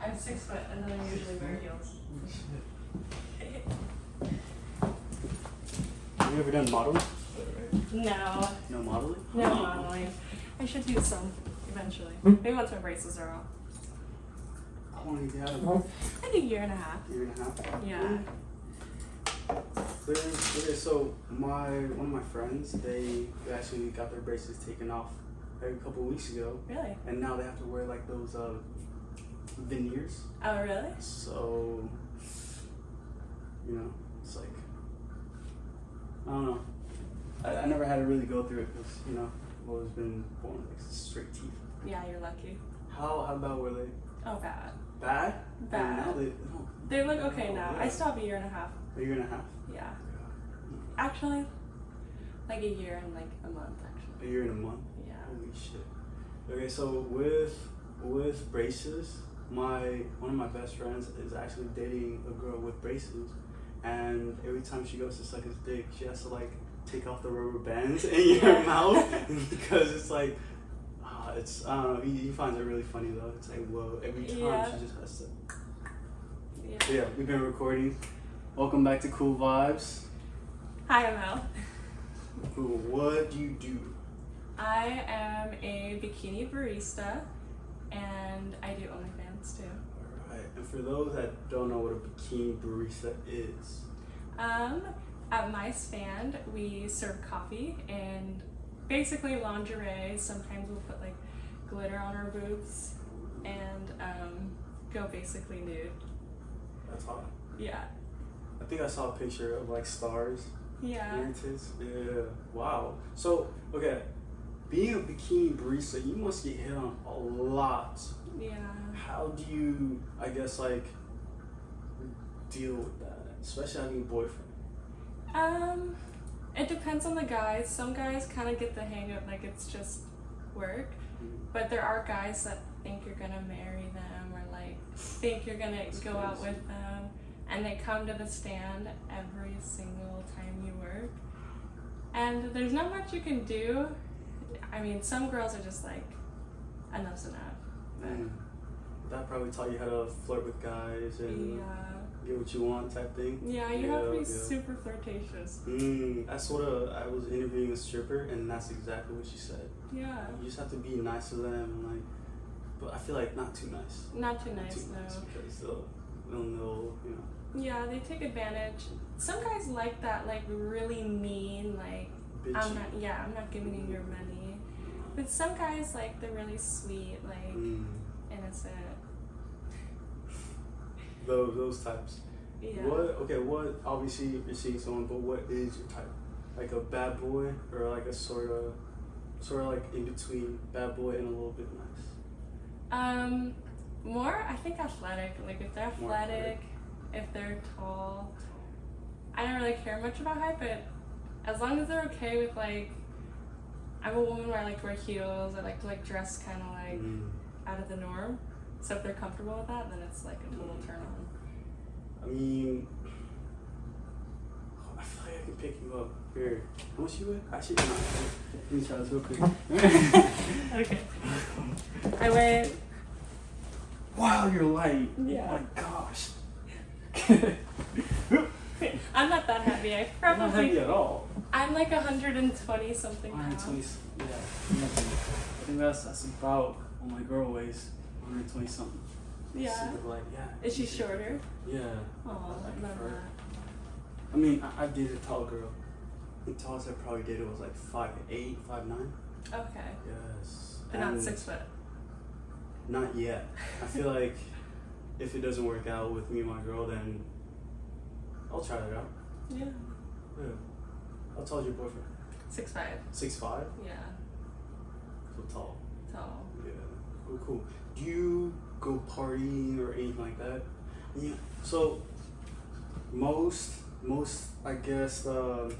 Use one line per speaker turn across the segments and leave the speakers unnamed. I'm six foot and then I usually wear heels.
Have you ever done modeling?
No,
No modeling?
no modeling. I should do some eventually.
Hmm?
Maybe once my braces are off.
How long have you had them?
I think a year and a half.
Year and a half?
Yeah.
There is, there is, so my, one of my friends, they actually got their braces taken off a couple of weeks ago.
Really?
And now they have to wear like those uh, veneers.
Oh, really?
So, you know, it's like, I don't know. I, I never had to really go through it because, you know, I've always been born with like, straight teeth.
Yeah, you're lucky.
How, how bad were they?
Oh, bad.
Bad?
Bad.
No, they, they don't.
They look okay
Oh,
now.
yeah.
I still have a year and a half.
A year and a half.
Yeah. Actually, like a year and like a month,
A
actually.
year and a month.
Yeah.
Holy shit. Okay, so with with braces, my one of my best friends is actually dating a girl with braces, and every time she goes to suck his dick, she has to like take off the rubber bands in your
Yeah.
mouth because it's like. ah, It's I don't know. He, he finds it really funny though. It's like whoa. Every time
Yeah.
she just has to.
Yeah.
Yeah, we've been recording. Welcome back to Cool Vibes.
Hi, I'm Elle.
Cool. What do you do?
I am a bikini barista and I do OnlyFans too.
Alright, and for those that don't know what a bikini barista is,
Um, at my stand, we serve coffee and basically lingerie. Sometimes we'll put like glitter on our boobs and um, go basically nude.
that's hot.
Yeah,
I think I saw a picture of like stars and
yeah.
her tits. Yeah. Wow. So okay, being a bikini barista, you must get hit on a lot.
Yeah.
How do you, I guess, like deal with that, especially having a boyfriend?
Um, it depends on the guys. Some guys kind of get the hang of like it's just work, but there are guys that think you're gonna marry them or like think you're gonna go out with them, and they come to the stand every single time you work. And there's not much you can do. I mean, some girls are just like, enough's enough.
And Mm. that probably taught you how to flirt with guys and
Yeah,
get what you want type thing.
yeah, you have to be
Yeah, yeah.
super flirtatious.
Mm, that's what uh, I was interviewing a stripper, and that's exactly what she said.
Yeah,
You just have to be nice to them, and like, but I feel like not too nice.
not too
Not
nice
too nice
though.
because they'll, they'll know, you know.
Yeah, they take advantage. Some guys like that, like really mean, like
Bitchy.
I'm not. Yeah, I'm not giving you your money. But some guys like the really sweet, like
Mm,
innocent.
those those types.
Yeah.
What? Okay. What? Obviously, you're seeing someone, but what is your type? Like a bad boy, or like a sort of, sort of like in between bad boy and a little bit nice.
Um, more I think athletic. Like if they're
More
athletic, if they're tall. I don't really care much about height, but as long as they're okay with like, I'm a woman where I like to wear heels. I like to like dress kind of like
Mm.
out of the norm. So if they're comfortable with that, then it's like a total turn on.
I mean, I feel like I can pick you up here. How much you weigh? Actually, no. Let me try this real quick.
Okay. I weigh
wow, you're light.
Yeah.
Oh my gosh. You're
I'm not that heavy. I
Not heavy
probably.
at all.
I'm like 120 something pounds.
120. Yeah. nothing. I think that's that's about what my girl weighs. 120 something.
Yeah.
Super light, yeah.
Is she shorter?
Yeah.
Oh,
like
I love
her.
that.
I mean, I, I dated a tall girl. The tallest I probably dated was like five eight, five nine.
Okay.
Yes.
But not
And-
six foot.
Not yet. I feel like if it doesn't work out with me and my girl, then I'll try it out.
Yeah.
Yeah. How tall is your boyfriend?
Six five.
Six five.
Yeah.
So tall.
Tall.
Yeah. Cool, cool. Do you go partying or anything like that? Yeah. So most, most, I guess. Um,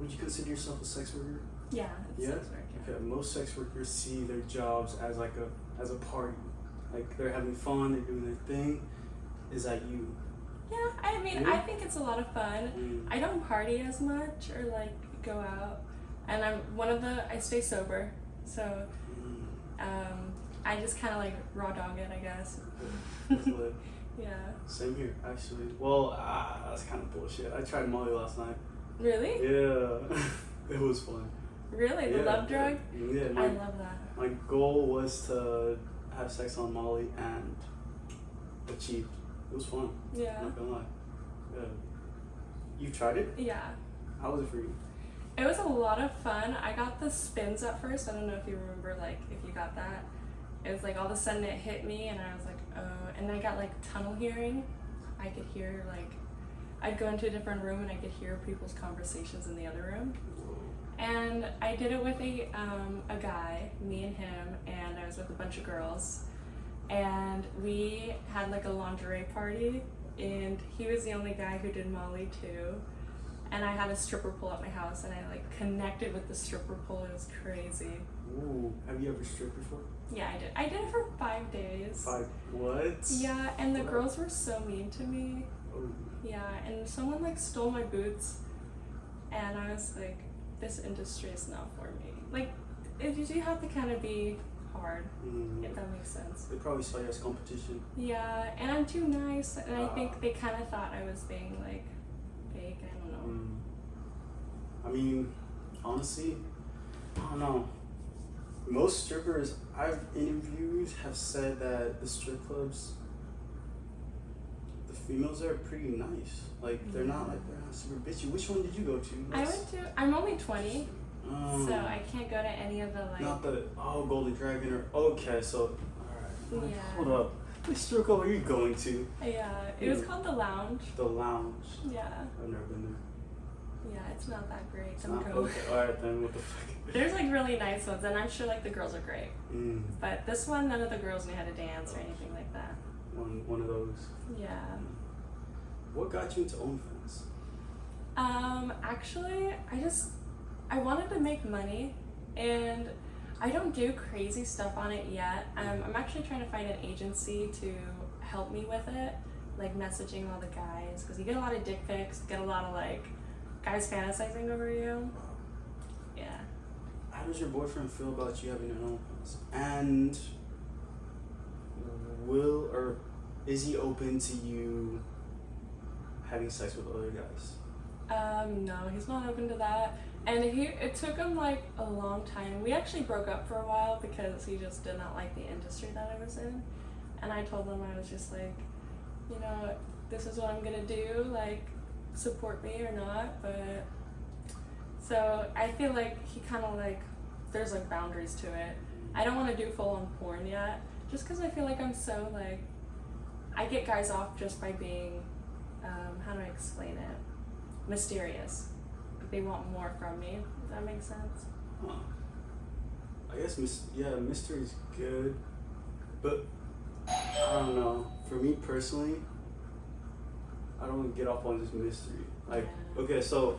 would you consider yourself a sex worker?
Yeah. It's
Yeah?
Six work, yeah.
Okay, most sex workers see their jobs as like a as a party, like they're having fun, they're doing their thing. Is that you?
yeah. I mean,
Yeah.
I think it's a lot of fun.
Mm.
I don't party as much or like go out, and I'm one of the. I stay sober, so
Mm.
um, I just kind of like raw dog it, I guess.
That's lit.
yeah.
Same here, actually. Well, ah, that's kind of bullshit. I tried Molly last night.
Really?
Yeah, it was fun.
Really? The
yeah,
love drug?
Yeah,
I
my,
love that.
my goal was to have sex on Molly and achieved. It was fun.
Yeah.
Not gonna lie. Yeah. You tried it?
Yeah.
How was it for you?
It was a lot of fun. I got the spins at first. I don't know if you remember, like, if you got that. It was like all of a sudden it hit me, and I was like, oh. And I got like tunnel hearing. I could hear, like, I'd go into a different room and I could hear people's conversations in the other room. And I did it with a, um, a guy, me and him, and I was with a bunch of girls. And we had like a lingerie party, and he was the only guy who did Molly too and I had a stripper pole at my house, and I like connected with the stripper pole. It was crazy.
Ooh, have you ever stripped before?
Yeah, I did. I did it for five days.
Five. What?
Yeah, and the
Wow.
girls were so mean to me.
Oh,
Yeah, and someone like stole my boots, and I was like, this industry is not for me. Like, it, you do have to kind of be hard,
mm.
if that makes sense.
They probably saw you as competition.
Yeah, and I'm too nice, and I
Ah.
think they kind of thought I was being like fake. I don't know.
Mm. I mean, honestly, I don't know. Most strippers I've interviewed have said that the strip clubs, the females are pretty nice. Like they're not like they're not super bitchy. Which one did you go to?
I
That's-
went to. I'm only 20,
Um,
so I can't go to any of the like.
Not the oh golden dragon or okay so. all right. Like,
Yeah.
Hold up. Which strip club are you going to?
Yeah, it was
Mm.
called the lounge.
The lounge.
Yeah,
I've never been there.
yeah, it's not that great.
It's
Don't
not-
go.
okay. All right then. What the fuck?
There's like really nice ones, and I'm sure like the girls are great.
Mm,
But this one, none of the girls knew how to dance or anything like that.
one one of those.
Yeah.
What got you into OnlyFans?
Um, actually, I just I wanted to make money, and I don't do crazy stuff on it yet. Um, I'm actually trying to find an agency to help me with it, like messaging all the guys, because you get a lot of dick pics, get a lot of like guys fantasizing over you. Yeah.
Um, How does your boyfriend feel about you having an OnlyFans? And will or is he open to you having sex with other guys?
Um, no, he's not open to that. And he it took him like a long time. We actually broke up for a while because he just did not like the industry that I was in. And I told him I was just like, you know, this is what I'm gonna do, like support me or not, but so I feel like he kind of like there's like boundaries to it. I don't want to do full on porn yet, just because I feel like I'm so like I get guys off just by being um, how do I explain it mysterious. They want more from me. Does that make sense?
Huh. I guess mis- yeah, mystery's good, but I don't know. For me personally, I don't get off on just mystery. Like,
Yeah.
okay, so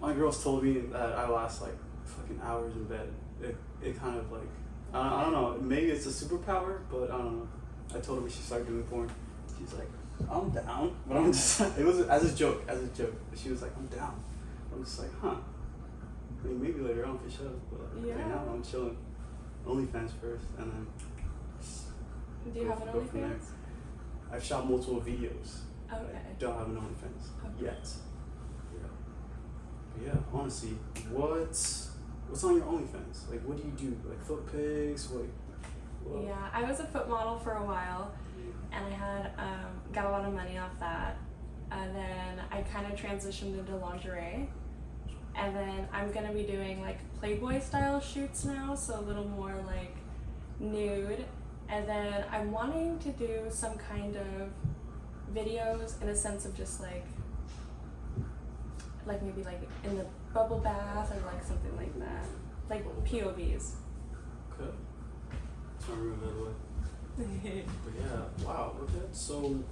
my girls told me that I last like fucking hours in bed. It, it kind of like I, I don't know. Maybe it's a superpower, but I don't know. I told her we should start doing porn. She's like, I'm down, but I'm just. It was as a joke, as a joke. She was like, I'm down. I'm just like, huh. I mean, maybe later on for sure, but like,
Yeah.
right now I'm chilling. OnlyFans first, and then
Do you
Go-
have an
go from there.
OnlyFans?
I've shot multiple videos.
Okay.
I don't have an OnlyFans
Okay.
yet. Yeah. But yeah. Honestly, what's what's on your OnlyFans? Like, what do you do? Like foot pics? Like, what?
Yeah, I was a foot model for a while, and I had um, got a lot of money off that. And then I kind of transitioned into lingerie, and then I'm gonna be doing like Playboy style shoots now, so a little more like nude. And then I'm wanting to do some kind of videos in a sense of just like, like maybe like in the bubble bath or like something like that, like POVs.
Okay. Turn my room that way. But yeah, wow, okay. So,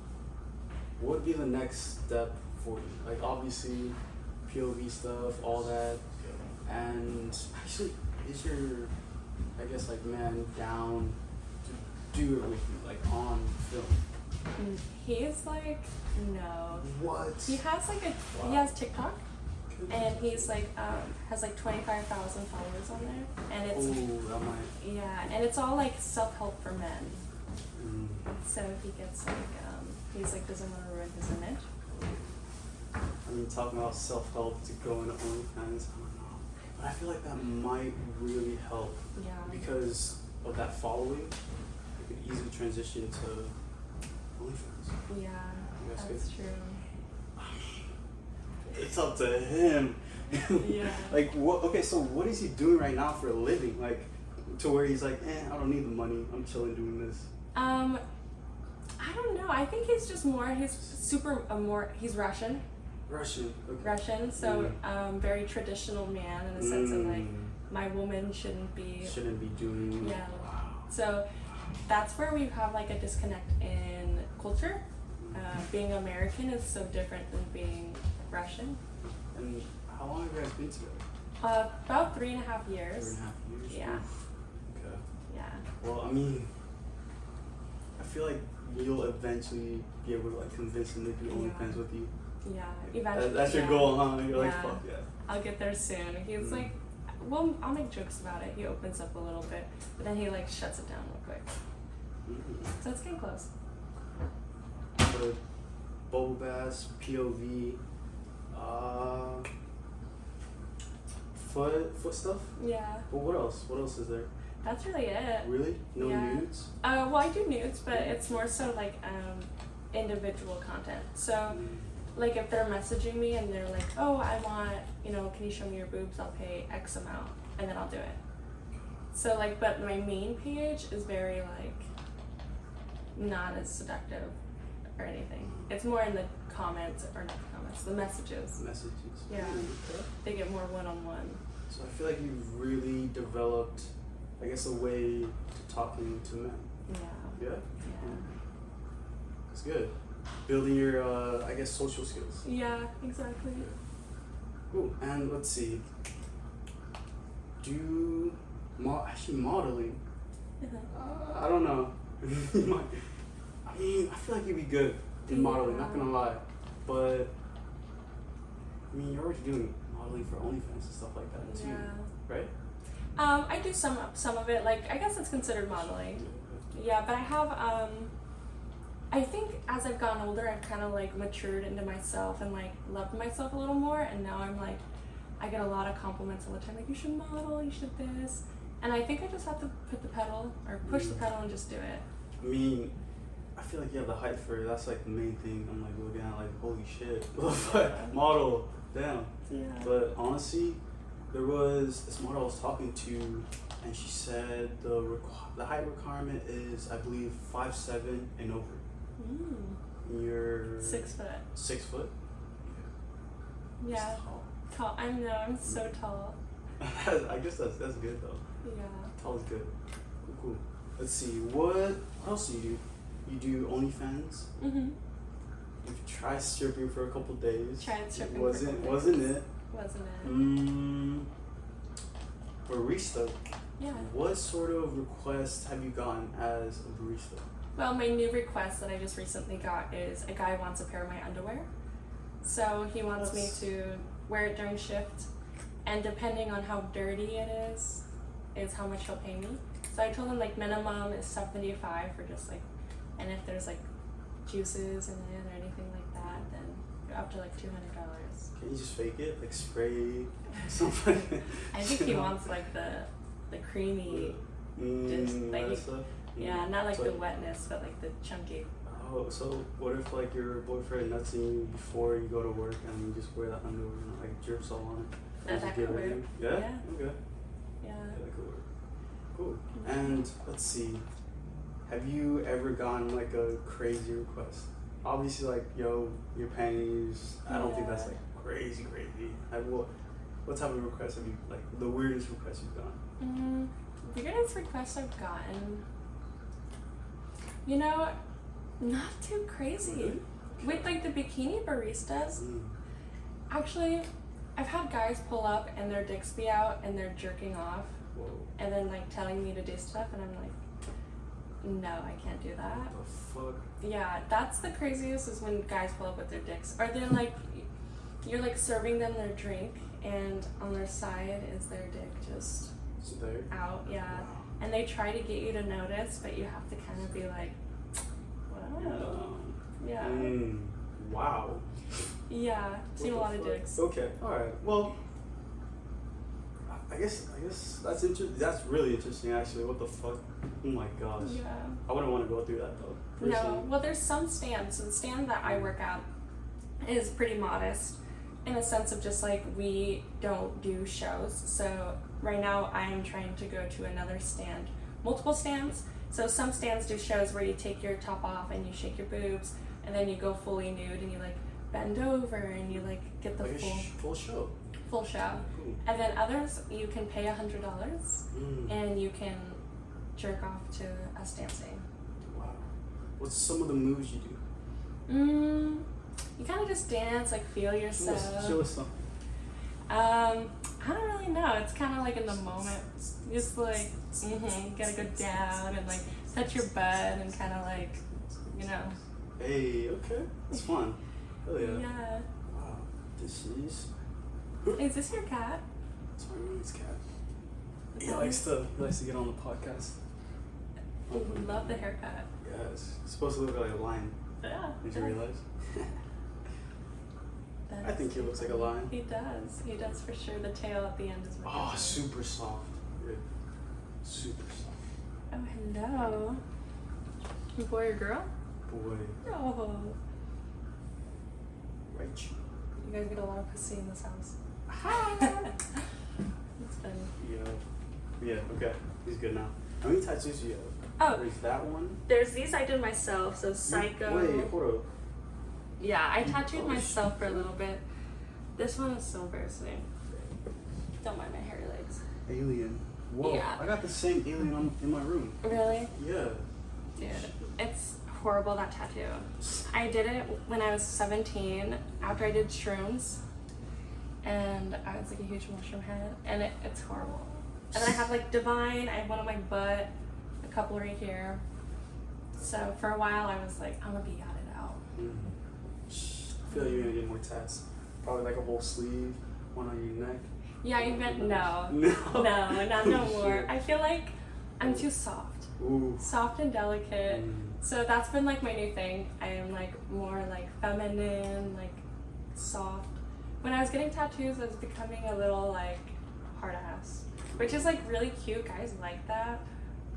what would be the next step for you? Like, obviously, POV stuff, all that. And actually, is your, I guess, like, man down to do it with you, like, on film?
He's like, no.
What?
He has like a
Wow.
he has TikTok,
Okay.
and he's like um, has like twenty five thousand followers on there, and it's
Ooh, that might.
yeah, and it's all like self help for men.
Mm.
So he gets like um, he's like doesn't want to ruin his image.
I mean, talking about self help to go into OnlyFans, I don't know. But I feel like that might really help
Yeah.
because of that following. You could easily transition to OnlyFans.
Yeah.
That's good.
That's true.
It's up to him.
Yeah.
like what? Okay, so what is he doing right now for a living? Like, to where he's like, eh, I don't need the money. I'm chilling doing this.
Um, I don't know. I think he's just more. He's super a more. He's Russian,
Russian. Okay.
Russian. So um, very traditional man in a sense of like
Mm,
my woman shouldn't be.
shouldn't be doing.
Yeah. Uh,
Wow.
So that's where we have like a disconnect in culture. Uh, being American is so different than being Russian.
And how long have you guys been together?
Uh, about three and a half
Two
years.
and a half years.
Yeah.
Okay.
Yeah.
Well, I mean, I feel like you'll eventually be able to like convince him to do
Yeah.
OnlyFans with you.
Yeah.
That-
Eventually.
that's your
yeah.
goal, huh? You're like,
Yeah.
fuck yeah.
I'll get there soon. He's
Mm.
like, well, I'll make jokes about it. He opens up a little bit, but then he like shuts it down real quick.
Mm-mm.
So it's getting close.
for bubble bass, POV, uh, foot foot stuff.
Yeah,
But what else? What else is there?
that's really it.
Really? No
Yeah.
nudes.
Uh, well, I do nudes, but it's more so like um, individual content. So like if they're messaging me and they're like, oh, I want, you know, can you show me your boobs? I'll pay X amount, and then I'll do it. So like, but my main page is very like not as seductive or anything. It's more in the comments or not the comments, the messages.
Messages.
Yeah.
Okay.
They get more one-on-one.
So I feel like you've really developed, I guess, a way to talking to men.
Yeah,
Yeah.
yeah,
It's good. Building your, uh, I guess, social skills.
yeah, exactly.
Cool. And let's see. Do mo- actually modeling.
Uh-huh.
Uh, I don't know. You might- I mean, I feel like you'd be good in modeling. Not gonna lie, but I mean, you're already doing modeling for OnlyFans and stuff like that too,
Yeah.
right?
Um, I do some some of it. Like I guess it's considered modeling. Yeah, but I have. Um, I think as I've gotten older, I've kind of like matured into myself and like loved myself a little more. And now I'm like, I get a lot of compliments all the time. Like you should model, you should this. And I think I just have to put the pedal or push the
Mm.
pedal and just do it.
I mean, I feel like you have the height for it. That's like the main thing. I'm like looking at like, holy shit, model, damn.
Yeah.
But honestly, there was this model I was talking to, and she said the requ- the height requirement is I believe five seven and over.
Mm.
And You're
Six foot.
six foot.
Yeah.
It's
Tall. I'm no. I'm so tall.
Tall. I guess that's that's good though.
Yeah.
Tall is good. Cool. cool. Let's see. What what else do you do? You do OnlyFans.
Mhm.
You've tried stripping for a couple days.
Tried stripping for a
Wasn't
couple
wasn't it?
Wasn't it?
Mm, barista.
Yeah.
What sort of requests have you gotten as a barista?
Well, my new request that I just recently got is a guy wants a pair of my underwear. So he wants
That's-
me to wear it during shift, and depending on how dirty it is, is how much he'll pay me. So I told him like minimum is seventy five for just like, and if there's like juices in it or anything like that, then you're up to like two hundred dollars.
Can you just fake it? Like spray something?
I think he wants like the the creamy,
Mm,
just, like,
that
you-
stuff? Mm.
yeah, not like
So-
the wetness, but like the chunky.
Oh, so what if like your boyfriend nuts in you before you go to work and you just wear that underwear and like drips all on it?
That-
Does it
that
get
could
rid of
work.
you? Yeah?
Yeah.
Okay.
Yeah.
Yeah, that could work. Cool. And let's see. Have you ever gotten like a crazy request? Obviously, like yo, your panties. I don't think that's
Yeah.
like crazy, crazy. Like what? What type of request have you like? The weirdest request you've gotten?
Mm, weirdest request I've gotten. You know, not too crazy.
Really?
With like the bikini baristas,
Mm.
actually, I've had guys pull up and their dicks be out and they're jerking off
Whoa.
and then like telling me to do stuff and I'm like, no, I can't do that.
What the fuck?
Yeah, that's the craziest is when guys pull up with their dicks. Or they're like, you're like serving them their drink, and on their side is their dick just
It's there.
out. Yeah.
Wow.
And they try to get you to notice, but you have to kind of be like, wow.
Um,
Yeah.
mm, wow.
Yeah. Seen a
What
lot
the
of
fuck?
dicks.
Okay, all right. Well, I- I guess I guess that's inter- That's really interesting, actually. What the fuck? Oh my gosh.
Yeah.
I wouldn't want to go through that though.
No.
personally.
Well, there's some stands. So the stand that I work at is pretty modest in a sense of just like we don't do shows. So right now I'm trying to go to another stand, multiple stands. So some stands do shows where you take your top off and you shake your boobs and then you go fully nude and you like bend over and you like get the
Like a
full
sh- full show.
full show.
Cool.
And then others you can pay a hundred dollars
Mm,
and you can jerk off to us dancing.
wow. What's some of the moves you do?
Mm, you kind of just dance, like feel
Show
yourself.
us, show us some.
Um, I don't really know. It's kind of like in the moment. Just like, mm-hmm, gotta go down and like touch your butt and kind of like, you know.
Hey, okay. It's fun. Hell Oh, yeah.
Yeah.
Wow. This is
Is this your cat?
it's my roommate's cat. He likes to he likes to get on the podcast.
Love the haircut.
Yeah, it's it's supposed to look like a lion.
Yeah.
Did you realize? I think he looks like a lion.
He does. He does for sure. The tail at the end is. my
Oh,
favorite.
super soft. Yeah. Super soft.
Oh, hello. You boy or girl?
Boy,
No.
right you.
You guys get a lot of pussy in this house. That's funny.
Yeah. Yeah, okay. He's good now. How many tattoos do you have?
Oh,
There's that one.
there's these I did myself. So
Wait,
psycho.
hold up.
Yeah, I tattooed
Oh,
myself for a little bit. This one is so embarrassing. Don't mind my hairy legs.
Alien. Whoa.
Yeah.
I got the same alien on, in my room.
Really,
Yeah.
dude, it's horrible that tattoo. I did it when I was 17 after I did shrooms, and I was like a huge mushroom head, and it, it's horrible. And I have like divine. I have one on my butt, a couple right here. So for a while, I was like, I'm gonna be yatted out.
Mm. I feel like you're gonna get more tats. Probably like a whole sleeve, one on your neck.
Yeah, you meant no,
No.
no, not no
Shit.
more. I feel like I'm too soft,
Ooh.
soft and delicate.
Mm.
So that's been like my new thing. I am like more like feminine, like soft. When I was getting tattoos, I was becoming a little like hard ass, which is like really cute. Guys like that,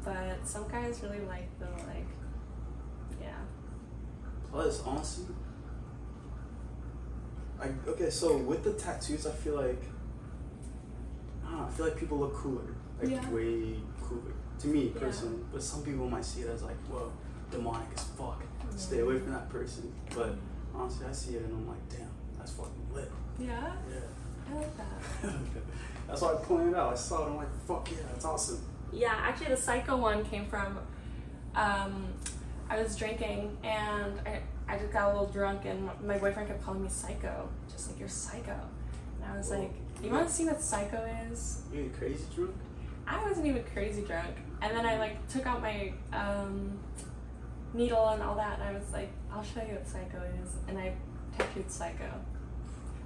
but some guys really like the like, yeah.
Plus, honestly, I okay. So with the tattoos, I feel like I don't know. I feel like people look cooler, like
Yeah.
way cooler to me
Yeah.
personally. But some people might see it as like, whoa, demonic as fuck. Stay away from that person. But honestly, I see it and I'm like, damn, that's fucking lit.
Yeah,
Yeah.
I like that.
that's why I pointed out. I saw it. I'm like, fuck yeah, that's awesome.
Yeah, actually, the psycho one came from. Um, I was drinking and I, I just got a little drunk, and my- my boyfriend kept calling me psycho, just like you're psycho. And I was
Whoa.
like, "You want to see what psycho is?"
You ain't crazy drunk?
I wasn't even crazy drunk. And then I like took out my um, needle and all that, and I was like, "I'll show you what psycho is." And I tattooed psycho.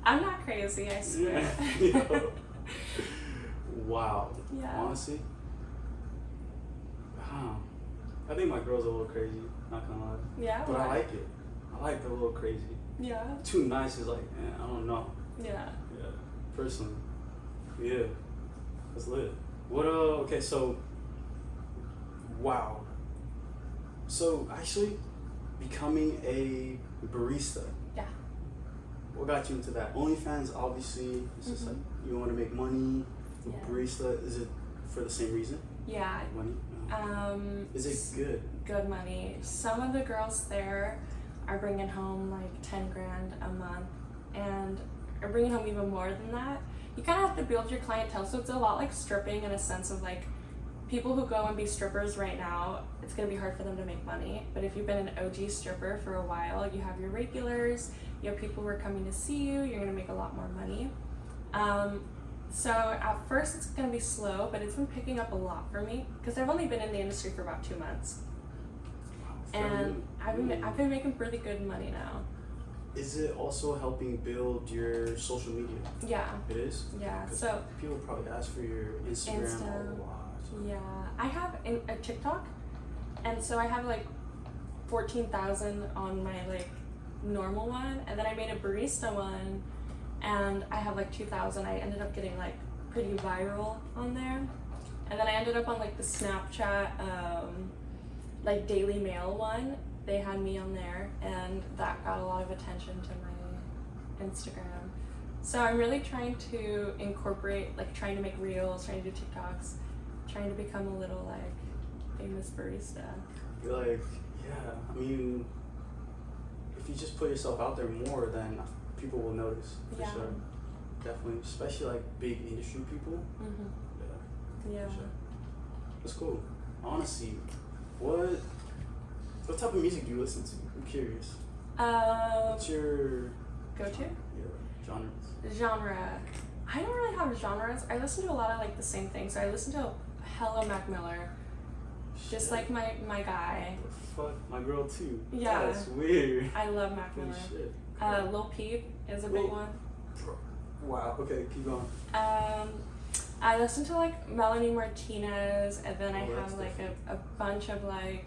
I'm not crazy, I swear.
Yeah. Wow.
Yeah.
Honestly. Huh. I think my girl's a little crazy, not gonna lie.
yeah.
But I
why?
like it. I like the little crazy.
Yeah.
Too nice is like, eh, I don't know.
Yeah.
Yeah. Personally. Yeah. That's lit. What uh okay, so wow. So actually becoming a barista.
Yeah.
What got you into that? OnlyFans obviously it's just
Mhm.
like you wanna make money. The
Yeah.
barista is it for the same reason?
Yeah.
Money? No.
Um,
Is it good?
good money. Some of the girls there are bringing home like 10 grand a month and are bringing home even more than that. You kind of have to build your clientele, so it's a lot like stripping in a sense of like people who go and be strippers right now, it's going to be hard for them to make money. But if you've been an OG stripper for a while, you have your regulars, you have people who are coming to see you, you're going to make a lot more money. Um, so at first it's going to be slow, but it's been picking up a lot for me because I've only been in the industry for about two months
Wow, fair
and
enough.
I've been,
Mm.
I've been making really good money now.
is it also helping build your social media?
Yeah.
It is.
Yeah.
'Cause
So
people probably ask for your Instagram
Insta.
a lot.
yeah, I have in a TikTok, and so I have like fourteen thousand on my like normal one, and then I made a barista one, and I have like two thousand. I ended up getting like pretty viral on there, and then I ended up on like the Snapchat, um, like Daily Mail one. They had me on there, and that got a lot of attention to my Instagram. So I'm really trying to incorporate, like trying to make reels, trying to do TikToks, trying to become a little like famous barista.
You're like, yeah. I mean, if you just put yourself out there more, then people will notice for
Yeah.
sure. Definitely, especially like big industry people.
Mm-hmm.
Yeah,
Yeah.
for sure. That's cool. Honestly, what what type of music do you listen to? I'm curious.
Um,
What's your
go to
your genres?
genre. I don't really have genres. I listen to a lot of like the same things. So I listen to Hello Mac Miller, just
Shit.
like my my guy.
The fuck my girl too.
Yeah.
That's weird.
I love Mac
Holy
Miller.
shit.
Uh, Lil Peep is a big
Lil-
one.
wow. Okay, keep going.
Um, I listen to like Melanie Martinez, and then I
Oh, that's
have like a, a bunch of like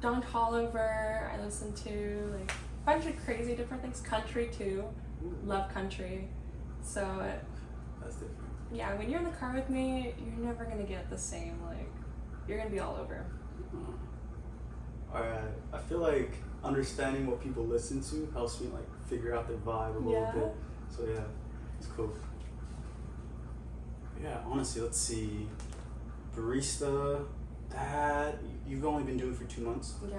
Don Tolliver. I listen to like a bunch of crazy different things. Country too,
Ooh,
love country. So uh,
that's different.
yeah, when you're in the car with me, you're never gonna get the same. Like you're gonna be all over.
Uh-huh. Alright, I feel like understanding what people listen to helps me like figure out their vibe a little
Yeah.
bit. So yeah, it's cool. Yeah, honestly, let's see. Barista, that you've only been doing for two months.
Yeah,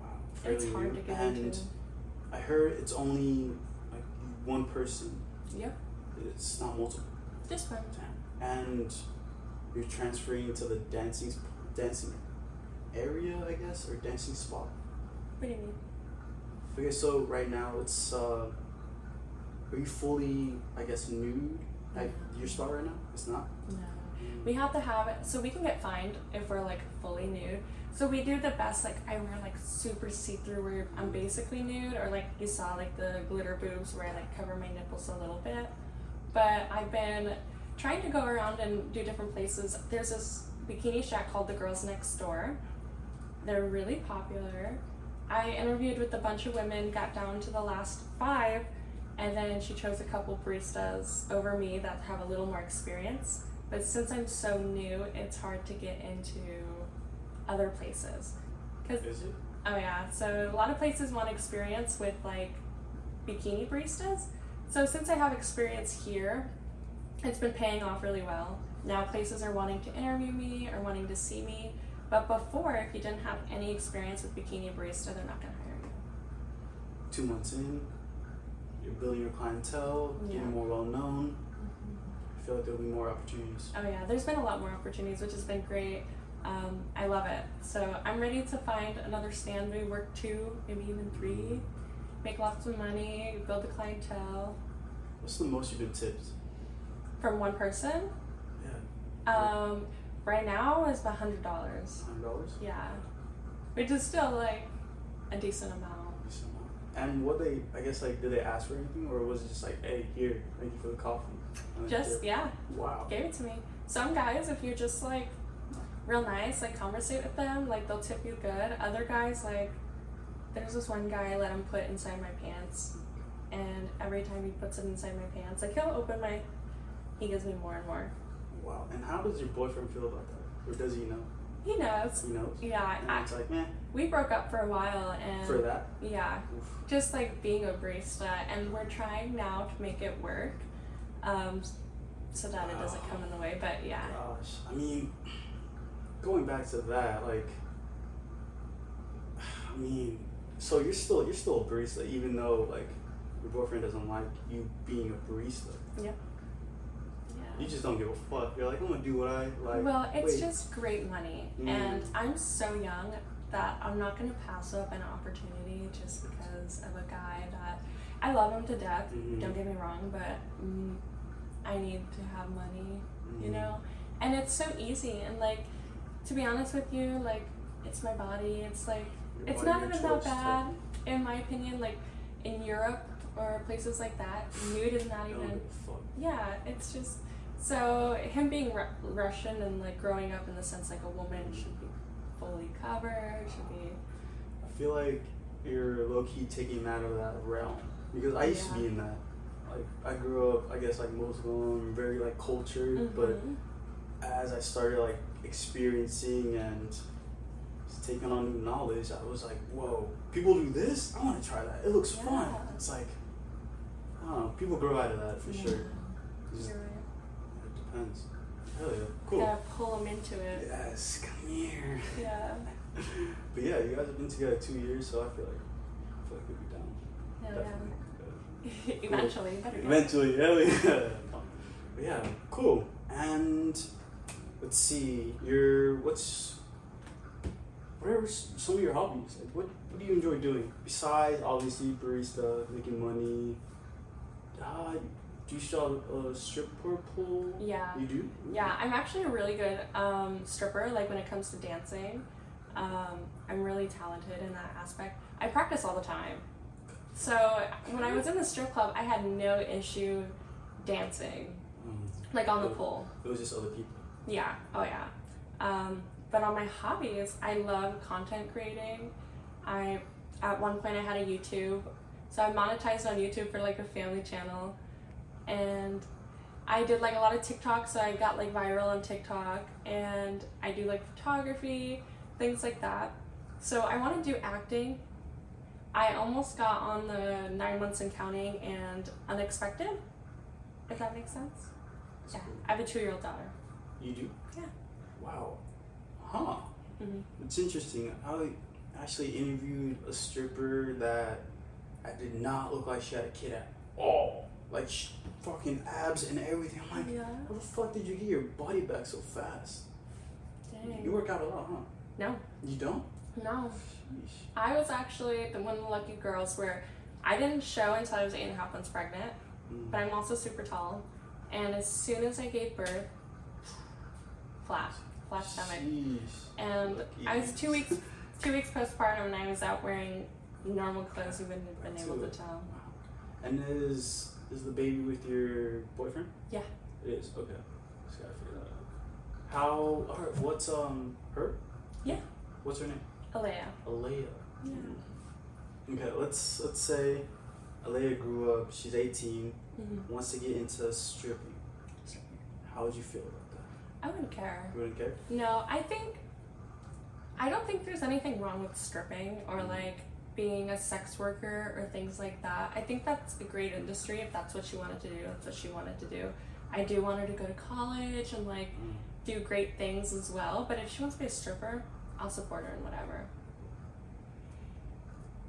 Wow,
it's
fairly
hard to
new.
get
and
into.
I heard it's only like one person.
Yep,
It's not multiple.
this one.
And you're transferring to the dancing dancing area, I guess, or dancing spot.
What do you mean?
Okay, so right now it's uh, are you fully, I guess, nude at your spot right now? It's not.
No. We have to have it so we can get fined if we're like fully nude. So we do the best like I wear like super see through where I'm basically nude or like you saw like the glitter boobs where I like cover my nipples a little bit. But I've been trying to go around and do different places. There's this bikini shack called The Girls Next Door. They're really popular. I interviewed with a bunch of women, got down to the last five, and then she chose a couple baristas over me that have a little more experience. But since I'm so new, it's hard to get into other places. Cause
Is it?
oh yeah, so a lot of places want experience with like bikini baristas. So since I have experience here, it's been paying off really well. Now places are wanting to interview me or wanting to see me. But before, if you didn't have any experience with bikini barista, they're not gonna hire you.
Two months in, you're building your clientele,
Yeah. Mm-hmm.
getting more well known. I feel like there'll be more opportunities.
Oh yeah, there's been a lot more opportunities, which has been great. Um, I love it. So I'm ready to find another stand, maybe work two, maybe even three, make lots of money, build a clientele
What's the most you've been tipped?
from one person.
Yeah,
Um, right now is about hundred dollars.
hundred dollars.
Yeah, which is still like a decent amount.
And what they, I guess, like, did they ask for anything, or was it just like, hey, here, thank you for the coffee? And they
Just yeah,
did? wow.
gave it to me. Some guys, if you're just like real nice, like conversate with them, like they'll tip you good. Other guys, like there's this one guy I let him put inside my pants, and every time he puts it inside my pants, like he'll open my, he gives me more and more.
Wow. And how does your boyfriend feel about that, or does he know?
He knows.
He knows.
Yeah,
And
I,
it's like, man,
we broke up for a while, and
for that.
yeah,
Oof.
just like being a barista, and we're trying now to make it work, um, so that it doesn't come in the way. But yeah,
Gosh, I mean, going back to that, like, I mean, so you're still you're still a barista, even though like your boyfriend doesn't like you being a barista.
yeah.
You just don't give a fuck. You're like, I'm gonna do what I like.
well, it's
wait.
just great money,
Mm.
and I'm so young that I'm not gonna pass up an opportunity just because of a guy that I love him to death.
Mhm.
Don't get me wrong, but mm, I need to have money, you
Mhm.
know. And it's so easy, and like to be honest with you, like it's my body. It's like
Your
it's
body,
not
your
even that
choice,
bad, in my opinion. Like in Europe or places like that, nude is not
I don't
even.
give a fuck.
Yeah, it's just so him being Ru- Russian and like growing up in the sense like a woman should be fully covered, should be.
I feel like you're low key taking that out of that realm because I used to be
Yeah.
in that. Like I grew up, I guess like Muslim, very like cultured, but
Mhm.
as I started like experiencing and just taking on new knowledge, I was like, whoa, people do this? I want to try that. It looks fun.
Yeah.
It's like, I don't know, people grow out of that for sure. Just-
You're right.
It depends. Hell yeah. Cool.
Gotta pull him into it.
Yes, come here.
Yeah.
but yeah, you guys have been together two years, so I feel like I feel like we'd be down.
Yeah.
Definitely.
yeah. Eventually. better get it.
Eventually, hell yeah. But yeah, cool. And let's see, your what's what are s- some of your hobbies? Like, what what do you enjoy doing besides obviously barista, making money? Uh, do you sell a stripper pole?
Yeah.
You do?
Yeah, I'm actually a really good um, stripper. Like when it comes to dancing, um, I'm really talented in that aspect. I practice all the time. So when I was in the strip club, I had no issue dancing,
Um,
like on the pole.
it was just other people.
Yeah. Oh yeah. Um, but on my hobbies, I love content creating. I at one point I had a YouTube, so I monetized on YouTube for like a family channel, and I did like a lot of TikTok, so I got like viral on TikTok, and I do like photography, things like that. So I want to do acting. I almost got on the nine months and counting and unexpected. If that makes sense.
It's
Yeah,
cool.
I have a two-year-old daughter.
You do?
Yeah.
Wow. Huh.
Mhm.
It's interesting. I actually interviewed a stripper that I did not look like she had a kid at all. Like sh fucking abs and everything. I'm like,
Yeah.
how the fuck did you get your body back so fast? You
Dang.
work out a lot, huh?
No.
You don't?
No.
Sheesh.
I was actually the one of the lucky girls where I didn't show until I was eight and a half months pregnant,
Mm.
but I'm also super tall. And as soon as I gave birth, flat, flat stomach.
Sheesh.
And Um, I was two
Lucky.
weeks, two weeks postpartum, and I was out wearing normal clothes. You wouldn't have been
That's
able to
it.
tell.
And is is the baby with your boyfriend?
Yeah.
It is. Okay. Just gotta figure that out. How? All right. What's um her?
Yeah.
What's her name?
Alea.
Alea.
Yeah.
Okay. Let's let's say Alea grew up. She's 18.
Mhm.
Wants to get into stripping. How would you feel about that?
I wouldn't care.
You wouldn't care.
No, I think I don't think there's anything wrong with stripping or like being a sex worker or things like that. I think that's a great industry if that's what she wanted to do. That's what she wanted to do. I do want her to go to college and like
Mm.
do great things as well. But if she wants to be a stripper, I'll support her in whatever.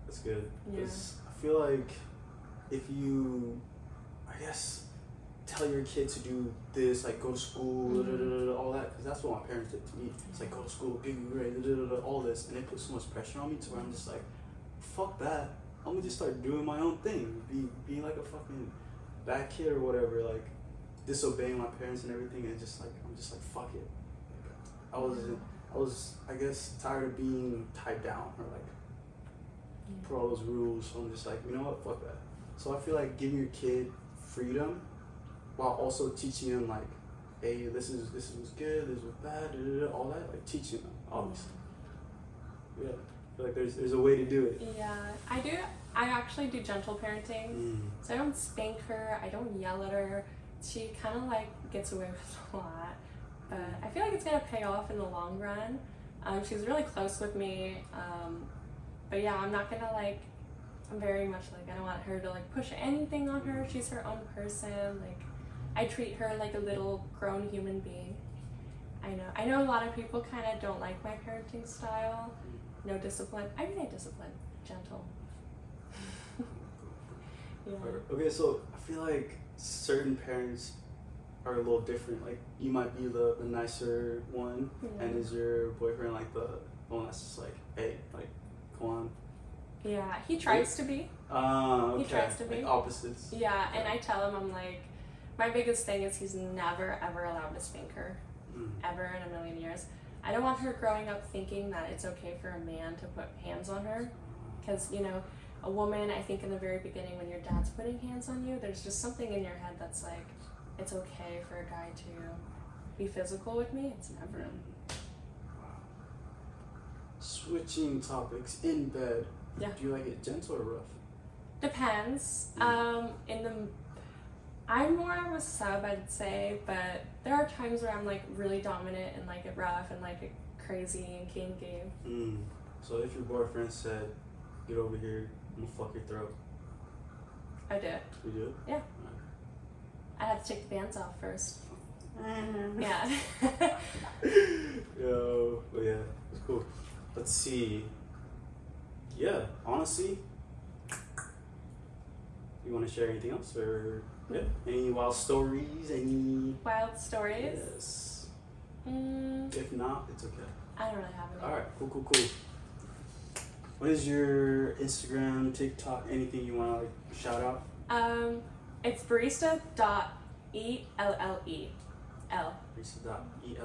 That's good.
Yeah.
'Cause I feel like if you, I guess, tell your kid to do this, like go to school, da, da, da, da, da, all that, because that's what my parents did to me. It's like go to school, give you grade, da, da, da, da, all this, and they put so much pressure on me to where I'm just like, fuck that. I'm gonna just start doing my own thing, be being like a fucking bad kid or whatever, like disobeying my parents and everything, and just like I'm just like fuck it. I was I was I guess tired of being tied down or like put all those rules. So I'm just like, you know what, fuck that. So I feel like giving your kid freedom while also teaching them like, hey, this is this was good, this was bad, da, da, da, all that, like teaching them, obviously. Yeah. I feel like there's there's a way to do it.
Yeah, I do. I actually do gentle parenting.
Mm.
So I don't spank her. I don't yell at her. She kind of like gets away with a lot, but I feel like it's gonna pay off in the long run. Um, she's really close with me, um, but yeah, I'm not gonna like. I'm very much like I don't want her to like push anything on her. She's her own person. Like I treat her like a little grown human being. I know. I know a lot of people kind of don't like my parenting style. No discipline. I mean, I discipline. Gentle. yeah.
Okay, so I feel like certain parents are a little different. Like you might be the, the nicer one
Yeah.
and is your boyfriend like the the one that's just like, hey, like, come on.
Yeah, he tries to be.
Uh, okay.
He tries to be.
Like opposites.
Yeah, and I tell him I'm like, my biggest thing is he's never ever allowed to spank her
Mm.
ever in a million years. I don't want her growing up thinking that it's okay for a man to put hands on her because you know a woman, I think in the very beginning when your dad's putting hands on you, there's just something in your head that's like, it's okay for a guy to be physical with me. It's never.
Switching topics in bed.
Yeah.
Do you like it gentle or rough?
Depends.
Mm.
Um, in the, I'm more of a sub, I'd say, but there are times where I'm like really dominant and like it rough and like it crazy and kinky.
Mm. So if your boyfriend said, "Get over here, I'm gonna fuck your throat,"
I do. it.
you do?
I have to take the bands off first.
it?
Yeah.
Yo, but yeah, it's cool. Let's see. Yeah, honestly, you want to share anything else or yeah, any wild stories? Any
Wild stories.
yes.
Mm,
If not, it's okay.
I don't really have any.
All right, cool, cool, cool. What is your Instagram, TikTok, anything you want to like shout out?
Um, it's barista dot e l l e l
Lisa.ell E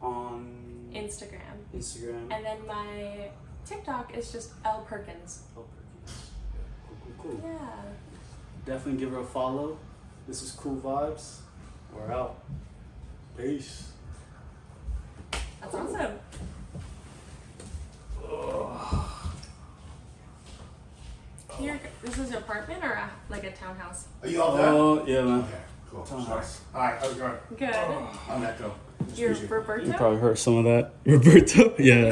on
Instagram,
Instagram.
and then my TikTok is just L Perkins.
Oh, Perkins. Cool, cool, cool.
Yeah.
Definitely give her a follow. This is Cool Vibes. We're out. Peace.
That's awesome. Your, this is an apartment or a, like a townhouse?
Are you all done?
Oh, yeah, man.
Okay, cool.
Tom
Sorry.
Hanks.
Uh, All right, how's it going?
Good.
I'm Echo. Nice to
You're
meet you.
Roberto?
heard some of that. Roberto? Yeah.